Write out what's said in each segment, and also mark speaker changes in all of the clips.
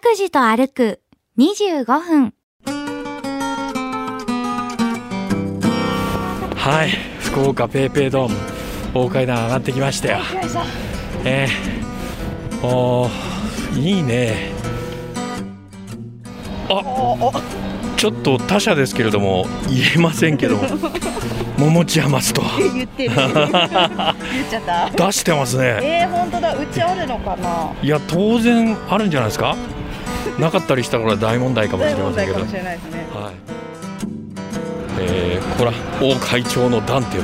Speaker 1: くじと歩く25分。
Speaker 2: はい福岡ペイペイドーム大階段上がってきましたよえー、おーいいねあちょっと他社ですけれども言えませんけど も桃地山ストア
Speaker 3: 言ってる 言っちゃった
Speaker 2: 出してますね
Speaker 3: えー、本当だうちあるのかない
Speaker 2: や当然あるんじゃないですかなかったりしたら大問題かもし
Speaker 3: 大
Speaker 2: れま
Speaker 3: 問
Speaker 2: せん
Speaker 3: 題
Speaker 2: け
Speaker 3: か
Speaker 2: ど
Speaker 3: もしれないですね
Speaker 2: はいえー、こら王会長のダンテ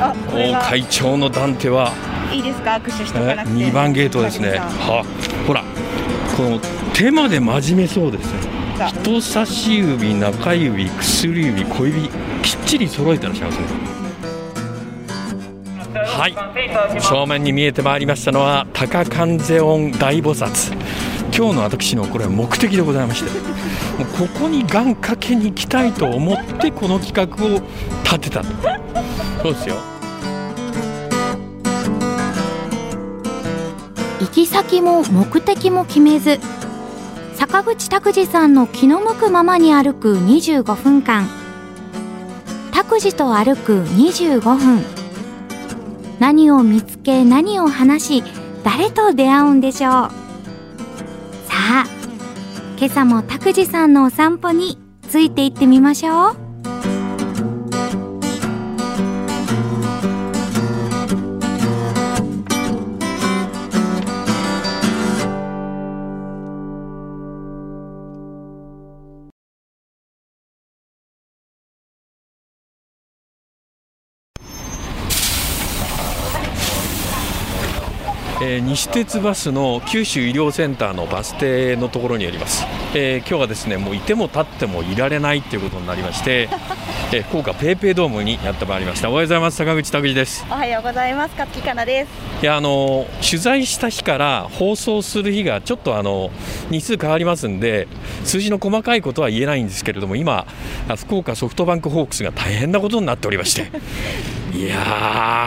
Speaker 3: あこれ
Speaker 2: 王
Speaker 3: が
Speaker 2: 会長のダンテはい
Speaker 3: いですか握手しとかなくて
Speaker 2: 2番ゲートですね。
Speaker 3: 高木
Speaker 2: はほら、この手まで真面目そうですね。
Speaker 3: さんさ
Speaker 2: 人差し指、中指、薬指、小指、きっちり揃えてらっしゃいますね。はい、正面に見えてまいりましたのは高観世音大菩薩。今日の私のこれは目的でございまして、もうここに願掛けに行きたいと思ってこの企画を立てたと。そうですよ。
Speaker 1: 行き先も目的も決めず坂口拓司さんの気の向くままに歩く25分間拓司と歩く25分何を見つけ何を話し誰と出会うんでしょうさあ今朝も拓司さんのお散歩について行ってみましょう
Speaker 2: えー西鉄バスの九州医療センターのバス停のところにあります、えー今日はですねもういても立ってもいられないということになりまして、えー福岡ペイペイドームにやってまいりましたおはようございます坂口拓司です
Speaker 3: おはようございます勝木かなです
Speaker 2: いやあの取材した日から放送する日がちょっとあの日数変わりますんで数字の細かいことは言えないんですけれども今あ福岡ソフトバンクホークスが大変なことになっておりましていや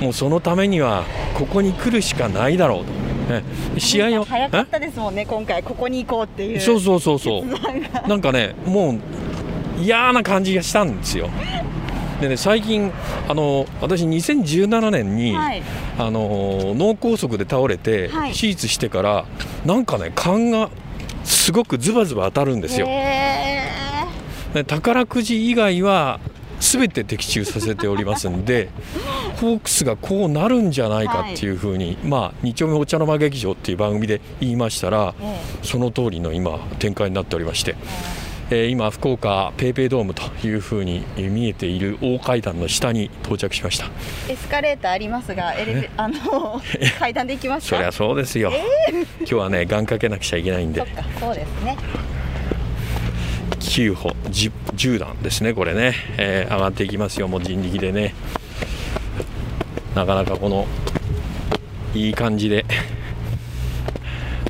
Speaker 2: ーもうそのためにはここに来るしかないだろうとね試合を
Speaker 3: 早かったですもんね今回ここに行こうってい
Speaker 2: え
Speaker 3: う
Speaker 2: そうそうそうそう
Speaker 3: なんか
Speaker 2: なんかね、もう嫌な感じがしたんですよ。でね、最近あの私2017年に、
Speaker 3: はい
Speaker 2: あの脳梗塞で倒れて、
Speaker 3: はい
Speaker 2: 手術してからなんかね勘がすごくズバズバ当たるんですよ、
Speaker 3: へ
Speaker 2: で宝くじ以外は全て的中させておりますん でホークスがこうなるんじゃないかっていうふうに、まあ「二丁目お茶の間劇場」っていう番組で言いましたら、
Speaker 3: ーえ
Speaker 2: その通りの今展開になっておりまして、えー今福岡ペイペイドームというふうにえー見えている大階段の下に到着しました
Speaker 3: えエスカレーターありますがエレベあの階段で行きます
Speaker 2: そ
Speaker 3: か
Speaker 2: りゃそうですよ、今日はね願掛けなくちゃいけないん
Speaker 3: そ
Speaker 2: で
Speaker 3: っかそうですね
Speaker 2: 9歩 10, 10段ですねこれね、えー上がっていきますよもう人力でねなかなかこのいい感じで、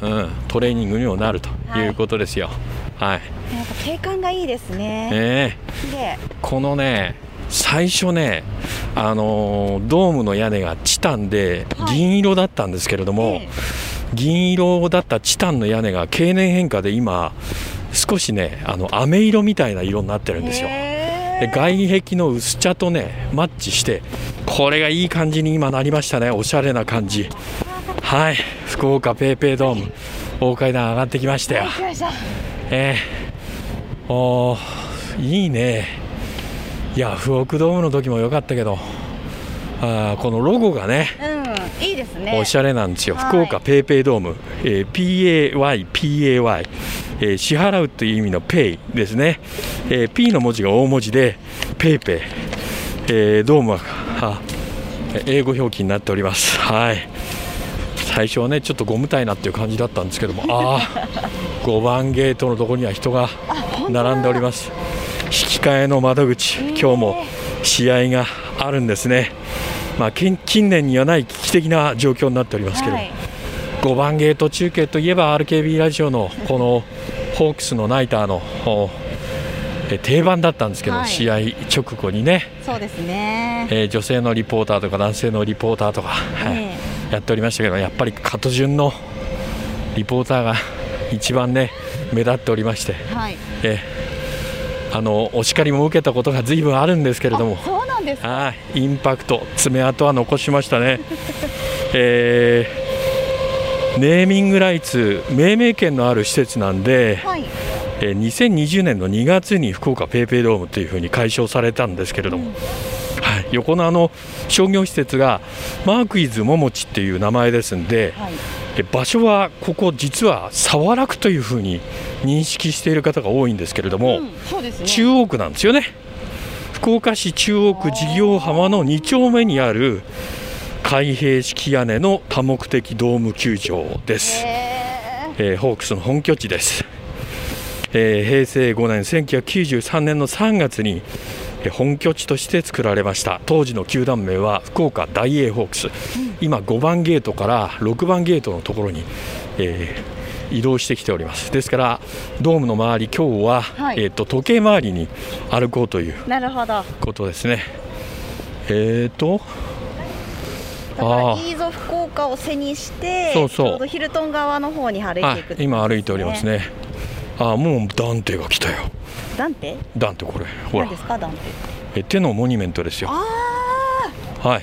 Speaker 2: うん、トレーニングにもなるということですよはい、
Speaker 3: なんか景観がいいですね
Speaker 2: えー
Speaker 3: 綺麗
Speaker 2: このね最初ね、あのードームの屋根がチタンで
Speaker 3: はい
Speaker 2: 銀色だったんですけれども、
Speaker 3: ええ
Speaker 2: 銀色だったチタンの屋根が経年変化で今少しねあの飴色みたいな色になってるんですよ。
Speaker 3: へ
Speaker 2: で
Speaker 3: ー
Speaker 2: 外壁の薄茶とねマッチしてこれがいい感じに今なりましたねおしゃれな感じはい福岡ペイペイドーム大階段上がってきましたよ
Speaker 3: 来ました
Speaker 2: えー、おーいいねいやフオクドームの時も良かったけどあーこのロゴがね
Speaker 3: うんいいですね
Speaker 2: おしゃれなんですよ、
Speaker 3: はい
Speaker 2: 福岡ペイペイドーム、えー PAY、PAY、えー支払うという意味のペイですね、えー P の文字が大文字で、ペイペイ、えードームはあえー英語表記になっております、はい最初はね、ちょっとご無体なっていう感じだったんですけども、あー5番ゲートのところには人が並んでおります、引き換えの窓口、今日も試合があるんですね。まあ、近近年にはない危機的な状況になっておりますけれど、
Speaker 3: はい
Speaker 2: 5番ゲート中継といえば RKB ラジオのこのホークスのナイターのおえ定番だったんですけど、
Speaker 3: はい
Speaker 2: 試合直後にね、
Speaker 3: そうですね
Speaker 2: えー女性のリポーターとか男性のリポーターとか、はい
Speaker 3: え
Speaker 2: やっておりましたけどやっぱりカト順のリポーターが 一番ね目立っておりまして、
Speaker 3: はい。
Speaker 2: えーあのお叱りも受けたことが随分あるんですけれども
Speaker 3: あそうなんですか。
Speaker 2: あーインパクト爪痕は残しましたね、 えーネーミングライツ命名権のある施設なんで、
Speaker 3: はい。
Speaker 2: えー2020年の2月に福岡ペイペイドームというふうに解消されたんですけれども、はい、横のあの商業施設がマークイズももちっていう名前ですんで、
Speaker 3: はい。
Speaker 2: え場所はここ実は早良区というふうに認識している方が多いんですけれども、
Speaker 3: うん、そうですね。
Speaker 2: 中央区なんですよね福岡市中央区事業浜の2丁目にある開閉式屋根の多目的ドーム球場です、
Speaker 3: へ
Speaker 2: えーホークスの本拠地です、えー平成5年1993年の3月にえー本拠地として作られました当時の球団名は福岡ダイエーホークス、今5番ゲートから6番ゲートのところに、えー移動してきておりますですからドームの周り今日は、
Speaker 3: はい
Speaker 2: えー、と時計回りに歩こうという
Speaker 3: ーなるほど。
Speaker 2: ことですねえーと
Speaker 3: だから
Speaker 2: あー
Speaker 3: いいぞ福岡を背にして、
Speaker 2: そうそう
Speaker 3: ちょうどヒルトン側の方に歩い
Speaker 2: は
Speaker 3: てい
Speaker 2: い
Speaker 3: く、
Speaker 2: 今歩いております。ねあーもうダンテが来たよ
Speaker 3: ダンテ？
Speaker 2: ダンテこれほら
Speaker 3: 何ですかダンテ？
Speaker 2: え手のモニュメントですよ。
Speaker 3: あ
Speaker 2: はい。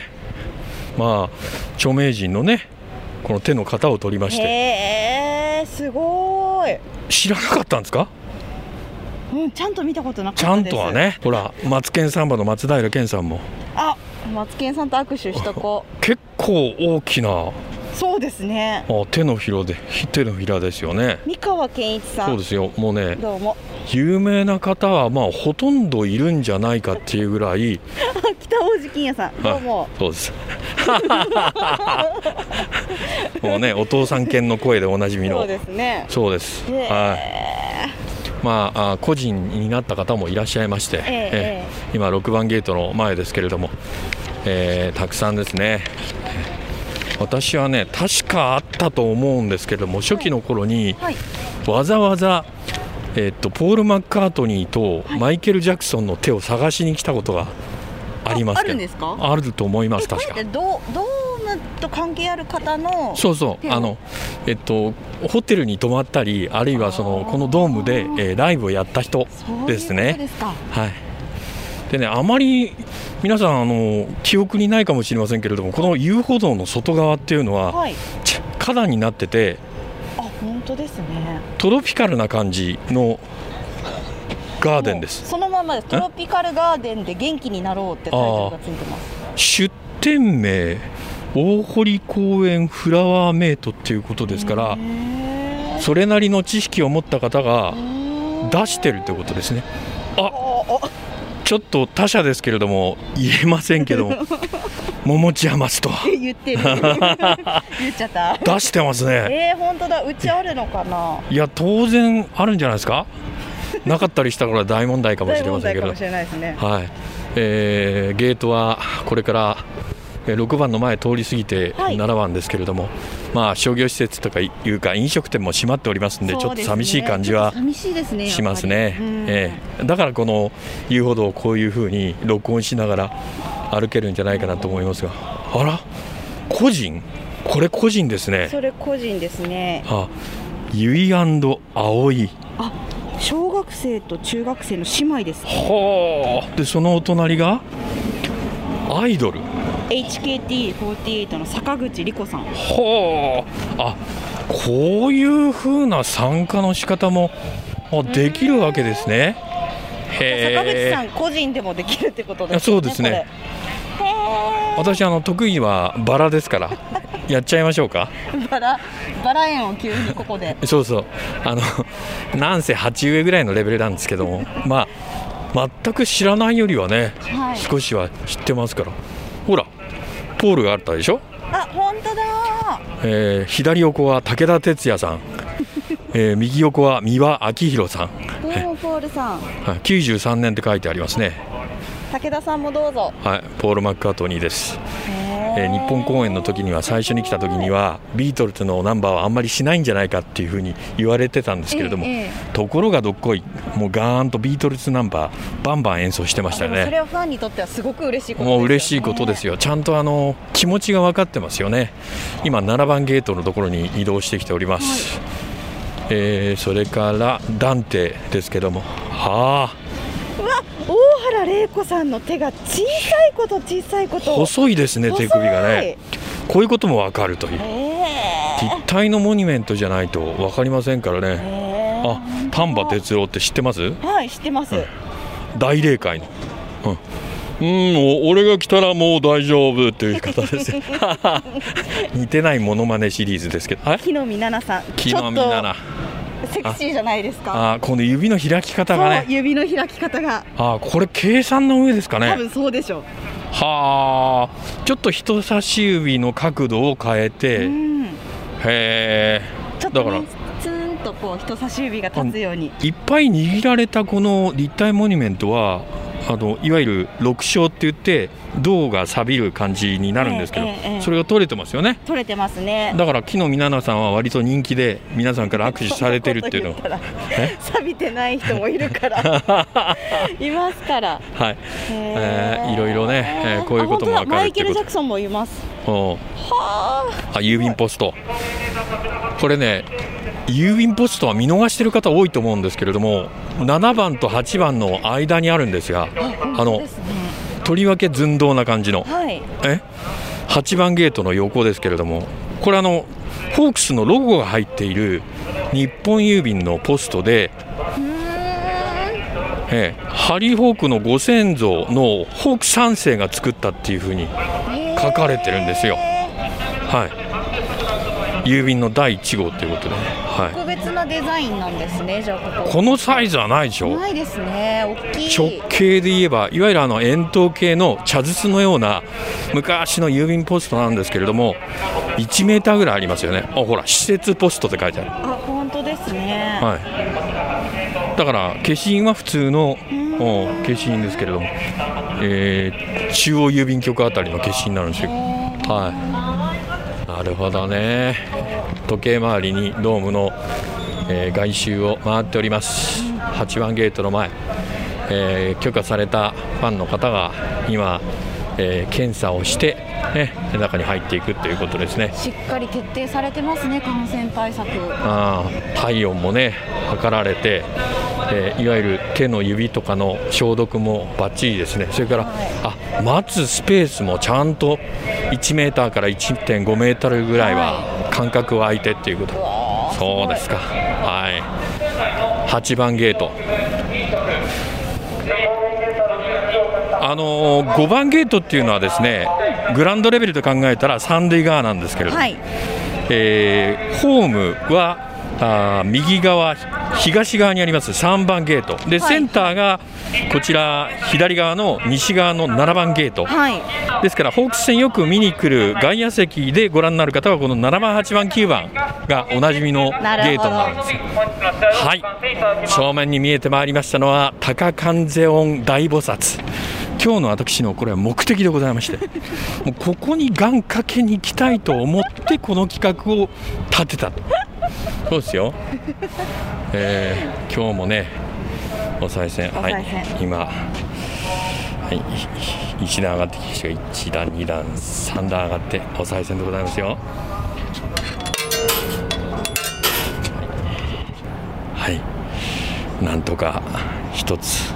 Speaker 2: まあ著名人のねこの手の型を取りま
Speaker 3: あ。
Speaker 2: して
Speaker 3: へえ、すごーい。
Speaker 2: 知らなかったんですか？
Speaker 3: うん、ちゃんと見たことなかっ
Speaker 2: ちゃ
Speaker 3: た
Speaker 2: ん
Speaker 3: です。
Speaker 2: とは。ねほらマツケンサンバの松平健さんも
Speaker 3: あ、マツケンさんと握手しとこ
Speaker 2: 結構大きな
Speaker 3: う。そうですね。
Speaker 2: あ手のひらで手のひらですよね。
Speaker 3: 三河健一さん。
Speaker 2: そうですよもうね
Speaker 3: どうも。
Speaker 2: 有名な方はまあほとんどいるんじゃないかっていうぐらい
Speaker 3: あ北大路欣也さん。どうも
Speaker 2: は。い、そうです もうねお父さん犬の声でおなじみの
Speaker 3: そうですね。
Speaker 2: そうです。
Speaker 3: ねえ
Speaker 2: はい。まああ個人になった方もいらっしゃいまして、
Speaker 3: え
Speaker 2: え今6番ゲートの前ですけれども、えーたくさんですね。私はね確かあったと思うんですけれども初期の頃に
Speaker 3: はい。
Speaker 2: わざわざ、えっとポール・マッカートニーとマイケル・ジャクソンの手を探しに来たことがありますけど
Speaker 3: ああるんですか
Speaker 2: あると思いま
Speaker 3: え
Speaker 2: す
Speaker 3: こ
Speaker 2: 確
Speaker 3: れ
Speaker 2: か
Speaker 3: ってドドームと関係ある方の
Speaker 2: そうそう、
Speaker 3: 手を
Speaker 2: あの、えっと、ホテルに泊まったり、あるいはその
Speaker 3: あー
Speaker 2: このドームで、えーライブをやった人
Speaker 3: そういうこと
Speaker 2: で
Speaker 3: ですす
Speaker 2: ね。
Speaker 3: か。
Speaker 2: はいでね、あまり皆さんあの、記憶にないかもしれませんけれども、この遊歩道の外側っていうのは、
Speaker 3: はい。
Speaker 2: ち花壇になってて、
Speaker 3: あ本当ですね。
Speaker 2: トロピカルな感じのガーデンで
Speaker 3: もう
Speaker 2: す。
Speaker 3: そのままです。トロピカルガーデンで元気になろうってタイトルがついてます。
Speaker 2: 出店名、大堀公園フラワーメイトっていうことですから、
Speaker 3: へー
Speaker 2: それなりの知識を持った方が
Speaker 3: うーん
Speaker 2: 出してるってことですね。あ
Speaker 3: おお
Speaker 2: ちょっと他社ですけれども言えませんけ ども桃地山ストア
Speaker 3: 言ってる。言っちゃ った。
Speaker 2: 出してますね
Speaker 3: えー、本当だ。うちあるのかな。
Speaker 2: いや当然あるんじゃないです かなかったりしたら大問題かもし
Speaker 3: 大
Speaker 2: れま
Speaker 3: 問
Speaker 2: せん
Speaker 3: 題
Speaker 2: け
Speaker 3: か
Speaker 2: ど
Speaker 3: もしれないですね。
Speaker 2: はい、えーゲートはこれからえー6番の前通り過ぎて
Speaker 3: はい
Speaker 2: 7番ですけれども、まあ商業施設とかいうか飲食店も閉まっておりますんでちょっと寂しい感じは
Speaker 3: そうですねちょっと寂しいですね。
Speaker 2: しますね、
Speaker 3: え
Speaker 2: ええだからこの遊歩道をこういうふうに録音しながら歩けるんじゃないかなと思いますがあら個人これ個人ですね
Speaker 3: それ個人ですね。
Speaker 2: あゆい葵
Speaker 3: あ、小学生と中学生の姉妹です。
Speaker 2: ほうでそのお隣がアイドル
Speaker 3: HKT48 の坂口理子さん。
Speaker 2: ほうあこういうふうな参加の仕方もあできるわけですね
Speaker 3: 坂口
Speaker 2: へ
Speaker 3: さ
Speaker 2: え
Speaker 3: ん個人でもできるってことです
Speaker 2: いや
Speaker 3: ね。
Speaker 2: そうですね
Speaker 3: これ。へ
Speaker 2: 私あの得意はバラですからやっちゃいましょうか
Speaker 3: ーバラバラ園を急にここで。
Speaker 2: そうそうあのなんせ鉢植えぐらいのレベルなんですけどもまあ全く知らないよりはね、
Speaker 3: はい
Speaker 2: 少しは知ってますからほらポールがあったでしょ、
Speaker 3: あ、本当だ
Speaker 2: えー左横は武田鉄矢さん、 えー右横は三輪明宏さん
Speaker 3: ー。どうもポールさ
Speaker 2: は
Speaker 3: ん。
Speaker 2: い93年って書いてありますね、
Speaker 3: 武田さんもどうぞ。
Speaker 2: はい、ポール・マッカートニーです、
Speaker 3: え
Speaker 2: えー日本公演の時には最初に来た時にはビートルズのナンバーはあんまりしないんじゃないかっていうふうに言われてたんですけれども、
Speaker 3: えええ
Speaker 2: ところがどっこいもうガーンとビートルズナンバーバンバン演奏してました
Speaker 3: でもそれ
Speaker 2: ね
Speaker 3: はファンにとってはすごく嬉しいことですよね。
Speaker 2: もう嬉しいことです
Speaker 3: よ。
Speaker 2: よ、ちゃんとあの気持ちが分かってますよね、今、7番ゲートのところに移動してきております、えーそれからダンテですけどもあ
Speaker 3: うわ大原玲子さんの手が小さいこと小さいこ
Speaker 2: あ
Speaker 3: と
Speaker 2: 細いですね手首が
Speaker 3: 細
Speaker 2: ね
Speaker 3: い
Speaker 2: こういうこともわかるという
Speaker 3: えー
Speaker 2: 立体のモニュメントじゃないと分かりませんからね
Speaker 3: えー
Speaker 2: あ丹波哲郎って知ってます
Speaker 3: はい知ってます、
Speaker 2: 大霊界のうん、うん、お俺が来たらもう大丈夫という方です よ似てないモノマネシリーズですけどあれ
Speaker 3: 木の実奈々さん
Speaker 2: 木の実なら
Speaker 3: ちょっとセクシーじゃないですか
Speaker 2: あーこの指の開き方が
Speaker 3: そう
Speaker 2: ね
Speaker 3: 指の開き方が
Speaker 2: あーこれ計算の上ですか
Speaker 3: 多
Speaker 2: ね
Speaker 3: 分そうでしょ
Speaker 2: はあちょっと人差し指の角度を変え
Speaker 3: う、
Speaker 2: て
Speaker 3: うん、
Speaker 2: へ
Speaker 3: ち
Speaker 2: え
Speaker 3: ょ
Speaker 2: だ
Speaker 3: っと
Speaker 2: から
Speaker 3: ねツーンとこう人差し指が立つように
Speaker 2: いっぱい握られたこの立体モニュメントはあのいわゆる六章って言って銅が錆びる感じになるんですけど、
Speaker 3: ええええ
Speaker 2: それが取れてますよね
Speaker 3: 取れてますね
Speaker 2: だから木の実奈々さんは割と人気で皆さんから握手されてるっていうの
Speaker 3: そんなこと言った
Speaker 2: え
Speaker 3: ら錆びてない人もいるから いますから
Speaker 2: はい、
Speaker 3: へ
Speaker 2: えーいろいろねえーこういうことも
Speaker 3: あ
Speaker 2: わ
Speaker 3: 本当だ
Speaker 2: かる
Speaker 3: マ
Speaker 2: っ
Speaker 3: イ
Speaker 2: て
Speaker 3: ケ
Speaker 2: いうこと
Speaker 3: ル・ジャクソンもいます
Speaker 2: うん、
Speaker 3: は
Speaker 2: あ郵便ポストこれね郵便ポストは見逃してる方多いと思うんですけれども7番と8番の間にあるんですが
Speaker 3: あ
Speaker 2: あの
Speaker 3: ですね
Speaker 2: とりわけ寸胴な感じの
Speaker 3: はい
Speaker 2: え8番ゲートの横ですけれどもこれあのホークスのロゴが入っている日本郵便のポストで、ええハリー・ホークのご先祖のホーク3世が作ったっていうふうに書かれてるんですよ。はい、郵便の第1号ということで、は
Speaker 3: 特別なデザインなんですねじゃあ
Speaker 2: い、
Speaker 3: こ
Speaker 2: こ
Speaker 3: こ
Speaker 2: のサイズはないでしょ
Speaker 3: ないですね大きい
Speaker 2: 直径で言えばいわゆるあの円筒形の茶筒のような昔の郵便ポストなんですけれども1メーターぐらいありますよねあほら施設ポストって書いてあ
Speaker 3: あ本当ですね
Speaker 2: る、はい、だから消印は普通の
Speaker 3: ん
Speaker 2: お消印ですけれども、えー中央郵便局あたりの消印になるんですよはいなるほどね時計回りにドームの、えー外周を回っております8番ゲートの前えー許可されたファンの方が今、えー検査をして、ね、中に入っていくということですね
Speaker 3: しっかり徹底されてますね感染対策
Speaker 2: あー体温もね測られて、えーいわゆる手の指とかの消毒もバッチリですねそれから、あ待つスペースもちゃんと1メーターから1.5メートルぐらいは間隔を空いてっていうこと、そうですかはい8番ゲートあのー、5番ゲートっていうのはですねグラウンドレベルと考えたら三塁側なんですけれども、
Speaker 3: はい
Speaker 2: えーホームはあー右側、東側にあります3番ゲート、で
Speaker 3: はい
Speaker 2: センターがこちら、左側の西側の7番ゲート、
Speaker 3: はい
Speaker 2: ですからホークス戦よく見に来る外野席でご覧になる方は、この7番、8番、9番がおなじみのゲ
Speaker 3: なるほ
Speaker 2: ート
Speaker 3: ど
Speaker 2: になるんですよ。はい、正面に見えてまいりましたのは、高観世音大菩薩。今日の私のこれは目的でございましてもうここに願掛けに行きたいと思ってこの企画を立てたとそうですよ、えー今日もねお賽銭
Speaker 3: お
Speaker 2: はい
Speaker 3: 賽銭
Speaker 2: 今はい1段上がってきましたが1段2段3段上がってお賽銭でございますよはいなんとか一つ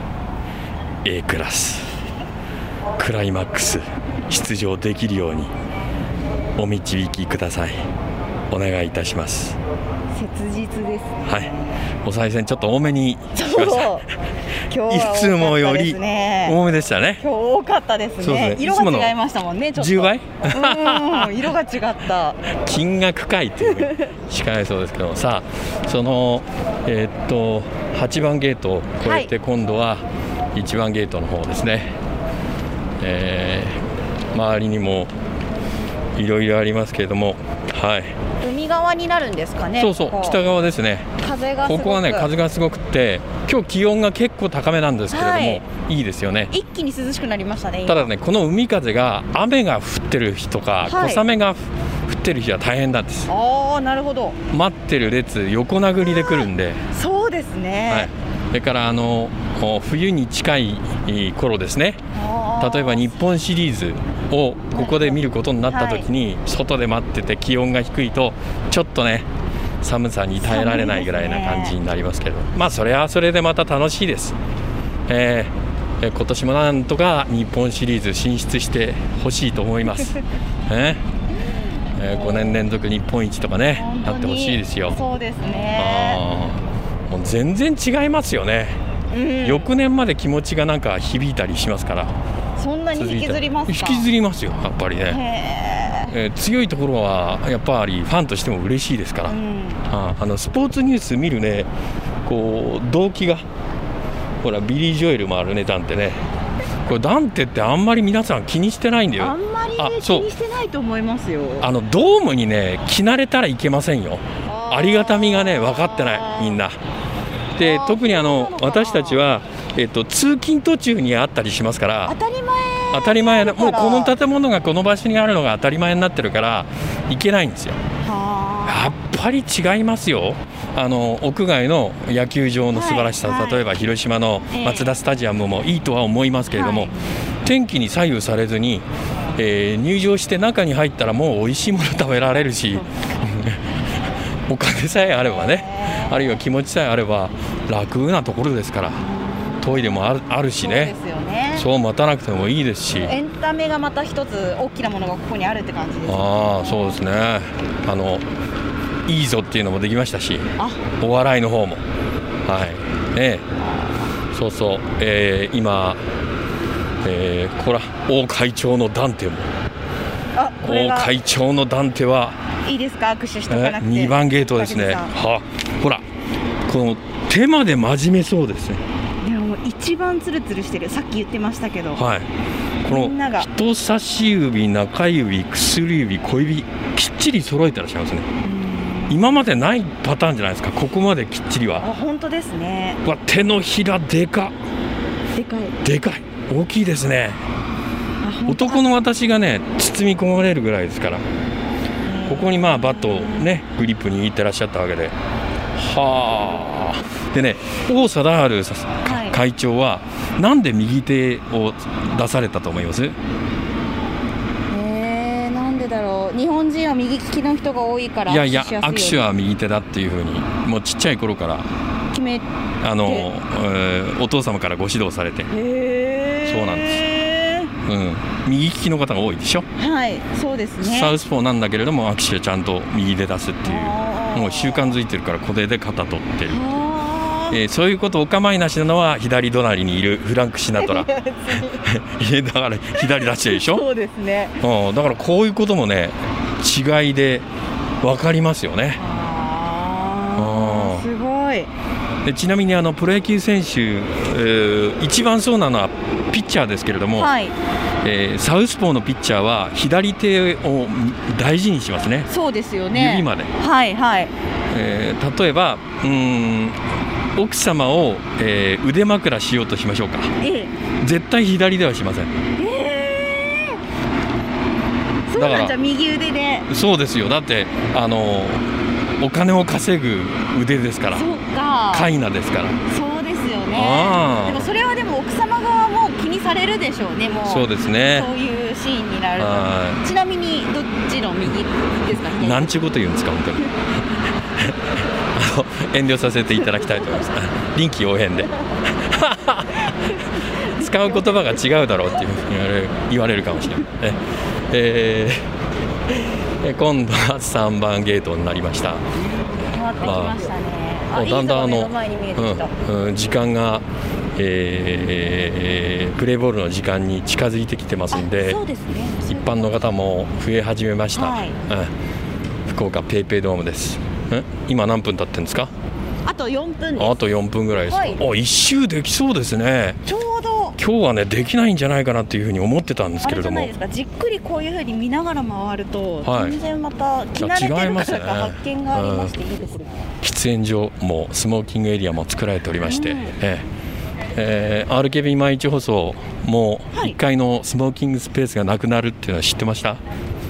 Speaker 2: A クラスクライマックス出場できるようにお導きくださいお願いいたします
Speaker 3: 切実です
Speaker 2: はいお賽銭ちょっと多めにし
Speaker 3: そ
Speaker 2: ま
Speaker 3: う
Speaker 2: した
Speaker 3: 今日
Speaker 2: い
Speaker 3: は
Speaker 2: つも
Speaker 3: 多か
Speaker 2: よ
Speaker 3: ったで
Speaker 2: り
Speaker 3: すね
Speaker 2: 多めでしたね
Speaker 3: 今日多かったですね
Speaker 2: そうですね
Speaker 3: 色
Speaker 2: いつもの
Speaker 3: が違いましたもんねちょっと
Speaker 2: 10倍
Speaker 3: うん色が違った
Speaker 2: 金額かいっていうしかないそうですけ どさあそのえーっと8番ゲートを越えて今度は1番ゲートの方ですね、えー周りにもいろいろありますけれどもはい、
Speaker 3: 海側になるんですかね
Speaker 2: そうそう
Speaker 3: ここ
Speaker 2: 北側ですね
Speaker 3: 風がすご
Speaker 2: こ
Speaker 3: く
Speaker 2: こはね風がすごくって今日気温が結構高めなんですけれども、
Speaker 3: はいい、
Speaker 2: いですよね
Speaker 3: 一気に涼しくなりましたね今
Speaker 2: ただねこの海風が雨が降ってる日とか、
Speaker 3: はい
Speaker 2: 小雨が降ってる日は大変なんです
Speaker 3: ああなるほど
Speaker 2: 待ってる列横殴りで来るんで、
Speaker 3: そうです
Speaker 2: はい
Speaker 3: ね、、
Speaker 2: それからあのお冬に近いい頃ですね
Speaker 3: あー
Speaker 2: 例えば日本シリーズをここで見ることになった時に、外で待ってて気温が低いとちょっとね寒さに耐えられないぐらいな感じになりますけど、まあそれはそれでまた楽しいです、えーえー今年もなんとか日本シリーズ進出してほしいと思います、 え5年連続日本一とかね
Speaker 3: 本当
Speaker 2: な
Speaker 3: に
Speaker 2: ってほしいですよ
Speaker 3: そうですね。
Speaker 2: あーもう全然違いますよね、
Speaker 3: うん
Speaker 2: 翌年まで気持ちがなんか響いたりしますから
Speaker 3: そんなに引きずりますか。
Speaker 2: 引きずりますよやっぱりね、
Speaker 3: へ
Speaker 2: えー強いところはやっぱりファンとしても嬉しいですから、
Speaker 3: ーうん。
Speaker 2: ああのスポーツニュース見るねこう動機がほらビリー・ジョエルもあるねダンテねこれダンテってあんまり皆さん気にしてないんだよ
Speaker 3: あんまりね
Speaker 2: あ
Speaker 3: 気
Speaker 2: そう
Speaker 3: にしてないと思いますよ。
Speaker 2: あのドームにね着慣れたらいけませんよ
Speaker 3: あー
Speaker 2: ありがたみがね分かってないみんなで
Speaker 3: あー
Speaker 2: 特にあの
Speaker 3: そうなのかな
Speaker 2: 私たちは、えっと、通勤途中にあったりしますから
Speaker 3: 当たり前。
Speaker 2: 当たり前なもう
Speaker 3: だか
Speaker 2: こ
Speaker 3: ら
Speaker 2: の建物がこの場所にあるのが当たり前になってるから行けないんですよ
Speaker 3: は
Speaker 2: やっぱり違いますよあの屋外の野球場の素晴らしさ、
Speaker 3: はいはい
Speaker 2: 例えば広島の
Speaker 3: ええ
Speaker 2: マツダスタジアムもいいとは思いますけれども、
Speaker 3: はい
Speaker 2: 天気に左右されずに、えー入場して中に入ったらもう美味しいもの食べられるしお金さえあればねあるいは気持ちさえあれば楽なところですからトイレもあるあるし
Speaker 3: そう
Speaker 2: ね
Speaker 3: ですよね。
Speaker 2: そう待たなくてもいいですし。
Speaker 3: エンタメがまた一つ大きなものがここにあるって感じです。
Speaker 2: ああそうですねあのいいぞっていうのもできましたし
Speaker 3: あ
Speaker 2: お笑いの方もはいねえそうそう、えー今えーこら王会長のダンテも
Speaker 3: あこれ
Speaker 2: 王
Speaker 3: が
Speaker 2: 会長のダンテはい
Speaker 3: いですか握手しとかなくて。
Speaker 2: 2番ゲートですね
Speaker 3: 高木
Speaker 2: はほらこの手まで真面目そうですね
Speaker 3: さんいやもう一番ツルツルしてる。さっき言ってましたけど。
Speaker 2: はいこ
Speaker 3: みんな
Speaker 2: の
Speaker 3: が
Speaker 2: 人差し指中指薬指小指きっちり揃えてらっしゃいますね
Speaker 3: うん
Speaker 2: 今までないパターンじゃないですかここまできっちりは
Speaker 3: あ本当ですね。
Speaker 2: うわ手のひらでか
Speaker 3: でかい。
Speaker 2: でかい大きいですね
Speaker 3: あ本当
Speaker 2: 男の私がね包み込まれるぐらいですからここにまあバットをねグリップ握ってらっしゃったわけではあでね王貞治さ
Speaker 3: はい
Speaker 2: 会長はなんで右手を出されたと思います
Speaker 3: えー、なんでだろう日本人は右利きの人が多いから
Speaker 2: いやいや
Speaker 3: 握手しやすいように
Speaker 2: 握手は右手だっていうふうにもうちっちゃい頃から
Speaker 3: 決めへ
Speaker 2: あの、
Speaker 3: で
Speaker 2: えーお父様からご指導されて、
Speaker 3: え
Speaker 2: そうなん
Speaker 3: で
Speaker 2: うん、右利きの方が多いでしょ
Speaker 3: すはいそうですね
Speaker 2: サウスポーなんだけれども握手はちゃんと右で出すってい
Speaker 3: あ
Speaker 2: う
Speaker 3: ー
Speaker 2: もう習慣づいてるから小手で肩取ってる、
Speaker 3: あー
Speaker 2: えーそういうことお構いなしなのは左隣にいるフランク・シナ トラいやだから左出してるでしょ、
Speaker 3: そうですね
Speaker 2: うん、だからこういうこともね違いで分かりますよね
Speaker 3: あ
Speaker 2: あー
Speaker 3: ーすごい
Speaker 2: でちなみにあのプロ野球選手、えー一番そうなのはピッチャーですけれども、
Speaker 3: はい
Speaker 2: えーサウスポーのピッチャーは左手を大事にしますね
Speaker 3: そうですよね
Speaker 2: 指まで
Speaker 3: はいはい
Speaker 2: えー例えばうーん奥様を、えー腕枕しようとしましょうか
Speaker 3: ええ
Speaker 2: 絶対左ではしません
Speaker 3: えーそう
Speaker 2: だか
Speaker 3: な
Speaker 2: ら
Speaker 3: んじゃ右腕で
Speaker 2: そうですよだってあのお金を稼ぐ腕ですから
Speaker 3: そうか
Speaker 2: カイナですから
Speaker 3: そうですよ
Speaker 2: あー
Speaker 3: ねでもそれはでも奥様側も気にされるでしょうねもう
Speaker 2: そうですね
Speaker 3: そういうシーンになる
Speaker 2: は
Speaker 3: とちなみにどっちの右ですか左
Speaker 2: なんちゅうこと言うんですか本当にあの遠慮させていただきたいと思います臨機応変で使う言葉が違うだろうっていうふうに言われる言われるかもしれないええーえ今度は3番ゲートになりました
Speaker 3: 変わってきましたね、
Speaker 2: も
Speaker 3: あ、
Speaker 2: うだんだんあ
Speaker 3: いいとこ目
Speaker 2: の
Speaker 3: の前に見えてきた、
Speaker 2: うんうん時間が、えープレーボールの時間に近づいてきてますんで
Speaker 3: あそうですね
Speaker 2: 一般の方も増え始めました、
Speaker 3: はい
Speaker 2: うん福岡ペイペイドームですん今何分経ってんですか
Speaker 3: あと4分で
Speaker 2: あと4分ぐらいです、
Speaker 3: はい
Speaker 2: お一周できそうですね
Speaker 3: すちょうど
Speaker 2: 今日はねできないんじゃないかなっていうふうに思ってたんです
Speaker 3: あ
Speaker 2: け
Speaker 3: れ
Speaker 2: れ
Speaker 3: じ
Speaker 2: ど
Speaker 3: ゃ
Speaker 2: も
Speaker 3: ないですかじっくりこういうふうに見ながら回ると、
Speaker 2: はい
Speaker 3: 全然また気慣れ
Speaker 2: いや
Speaker 3: て
Speaker 2: 違い
Speaker 3: る
Speaker 2: ま
Speaker 3: か
Speaker 2: すね
Speaker 3: らか発見がありましていいですね
Speaker 2: 喫煙所もスモーキングエリアも作られておりまして、
Speaker 3: うん
Speaker 2: えええー RKB 毎日放送もう
Speaker 3: はい
Speaker 2: 1階のスモーキングスペースがなくなるっていうのは知ってました、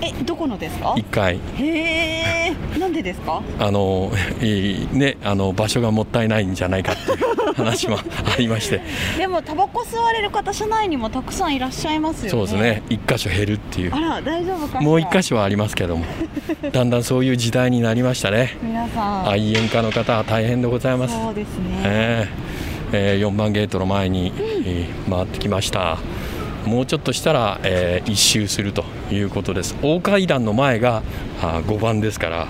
Speaker 3: えどこのですか
Speaker 2: 1階
Speaker 3: へえなんでですか
Speaker 2: あの、 えーね、あの場所がもったいないんじゃないかっていう話もありまして
Speaker 3: でもタバコ吸われる方社内にもたくさんいらっしゃいますよね
Speaker 2: そうですね1箇所減るってっていう
Speaker 3: あら大丈夫かしら
Speaker 2: もう一箇所はありますけどもだんだんそういう時代になりましたね
Speaker 3: 皆さん、
Speaker 2: 愛煙家の方は大変でございます、
Speaker 3: そうですね、
Speaker 2: えええ4番ゲートの前に、えー回ってきましたもうちょっとしたら、えー一周するということです大階段の前があ5番ですから、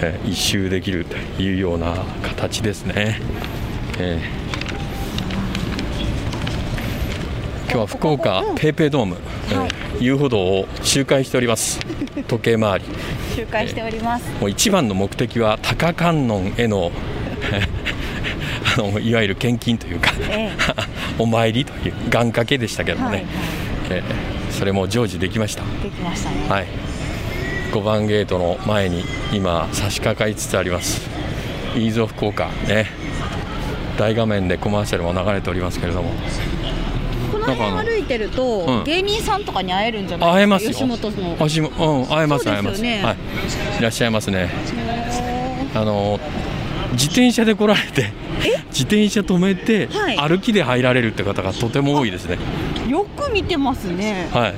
Speaker 2: えー一周できるというような形ですね、えー今日は福岡ペイペイドーム、えー遊歩道を周回しております時計回り
Speaker 3: 周回しております、
Speaker 2: もう一番の目的は高観音への あのいわゆる献金というか
Speaker 3: ええ
Speaker 2: お参りという願掛けでしたけども
Speaker 3: はい、
Speaker 2: ね、
Speaker 3: はい、
Speaker 2: えーそれも成就できました、
Speaker 3: できましたね、
Speaker 2: はい、5番ゲートの前に今差し掛かりつつあります飯蔵福岡ね大画面でコマーシャルも流れておりますけれども
Speaker 3: この
Speaker 2: なんかあ
Speaker 3: 辺
Speaker 2: の
Speaker 3: 歩いてると、
Speaker 2: うん
Speaker 3: 芸人さんとかに会えるんじゃない
Speaker 2: 会えますよ
Speaker 3: 吉本の
Speaker 2: あしもうん、会えます
Speaker 3: そう
Speaker 2: 会
Speaker 3: で
Speaker 2: えま
Speaker 3: すよ
Speaker 2: す、
Speaker 3: ね
Speaker 2: はい、いらっしゃいますね
Speaker 3: へ
Speaker 2: あの自転車で来られて自転車止めて、
Speaker 3: はい
Speaker 2: 歩きで入られるって方がとても多いですね。
Speaker 3: ーよく見てますね
Speaker 2: はい、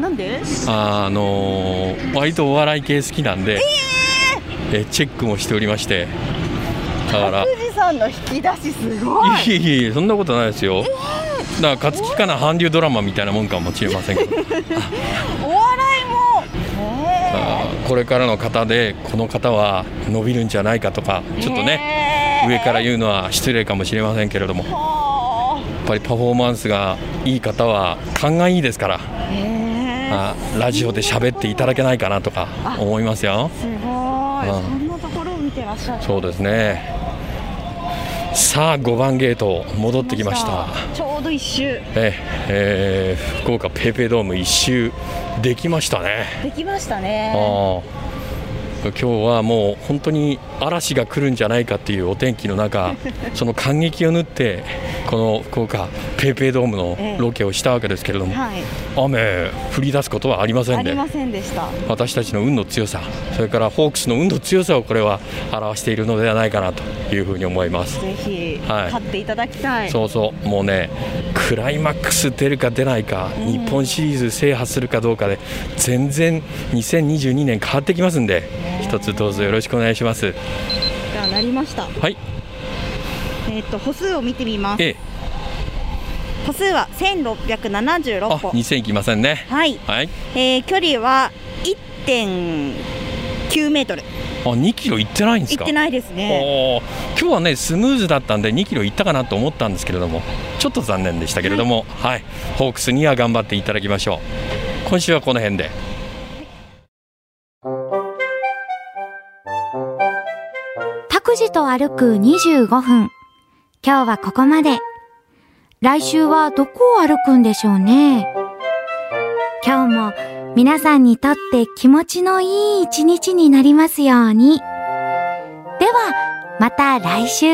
Speaker 3: なんで
Speaker 2: あのー割とお笑い系好きなんで、えチェックもしておりましてだから
Speaker 3: 富士山の引き出しすごい
Speaker 2: いえいえいえそんなことないですよ、だから勝木かな韓流ドラマみたいなもんかもしれませんけど
Speaker 3: お笑いもね
Speaker 2: あーこれからの方でこの方は伸びるんじゃないかとか
Speaker 3: え
Speaker 2: ちょっとね上から言うのは失礼かもしれませんけれども
Speaker 3: は
Speaker 2: やっぱりパフォーマンスがいい方は勘がいいですから、
Speaker 3: あへー
Speaker 2: あラジオで喋っていただけないかなとか思いますよ。
Speaker 3: すごい
Speaker 2: あ
Speaker 3: そんなところを見てらっしゃる
Speaker 2: そうですね。さあ5番ゲート戻ってきました。
Speaker 3: ちょうど一周
Speaker 2: ええー福岡ペイペイドーム一周できましたね。
Speaker 3: できました
Speaker 2: あ
Speaker 3: ね
Speaker 2: あ今日はもう本当に嵐が来るんじゃないかっていうお天気の 中その感激を縫ってこの福岡ペイペイドーム
Speaker 3: ええ
Speaker 2: のロケをしたわけですけれども、
Speaker 3: はい
Speaker 2: 雨降り出すことはありませ
Speaker 3: あ
Speaker 2: んで、
Speaker 3: りませんでした
Speaker 2: 私たちの運の強さそれからホークスの運の強さをこれは表しているのではないかなというふうに思います
Speaker 3: ぜひ
Speaker 2: はい
Speaker 3: 買っていただきたい
Speaker 2: そうそうもうねクライマックス出るか出ないか、日本シリーズ制覇するかどうかで全然2022年変わってきますんで一つどうぞよろしくお願いします
Speaker 3: がなりました
Speaker 2: はい
Speaker 3: えっと歩数を見てみます
Speaker 2: A
Speaker 3: 歩数は
Speaker 2: あ
Speaker 3: 1676歩
Speaker 2: 2000いきませんね
Speaker 3: はい、
Speaker 2: はい
Speaker 3: えー、距離は1.9メートル
Speaker 2: あ2キロいってないんです
Speaker 3: 行
Speaker 2: か
Speaker 3: ってないですね
Speaker 2: おー今日はねスムーズだったんで2キロいったかなと思ったんですけれどもちょっと残念でしたけれども、はいホークスには頑張っていただきましょう今週はこの辺で
Speaker 1: 託児と歩く25分。今日はここまで。来週はどこを歩くんでしょうね。今日も皆さんにとって気持ちのいい一日になりますように。では、また来週。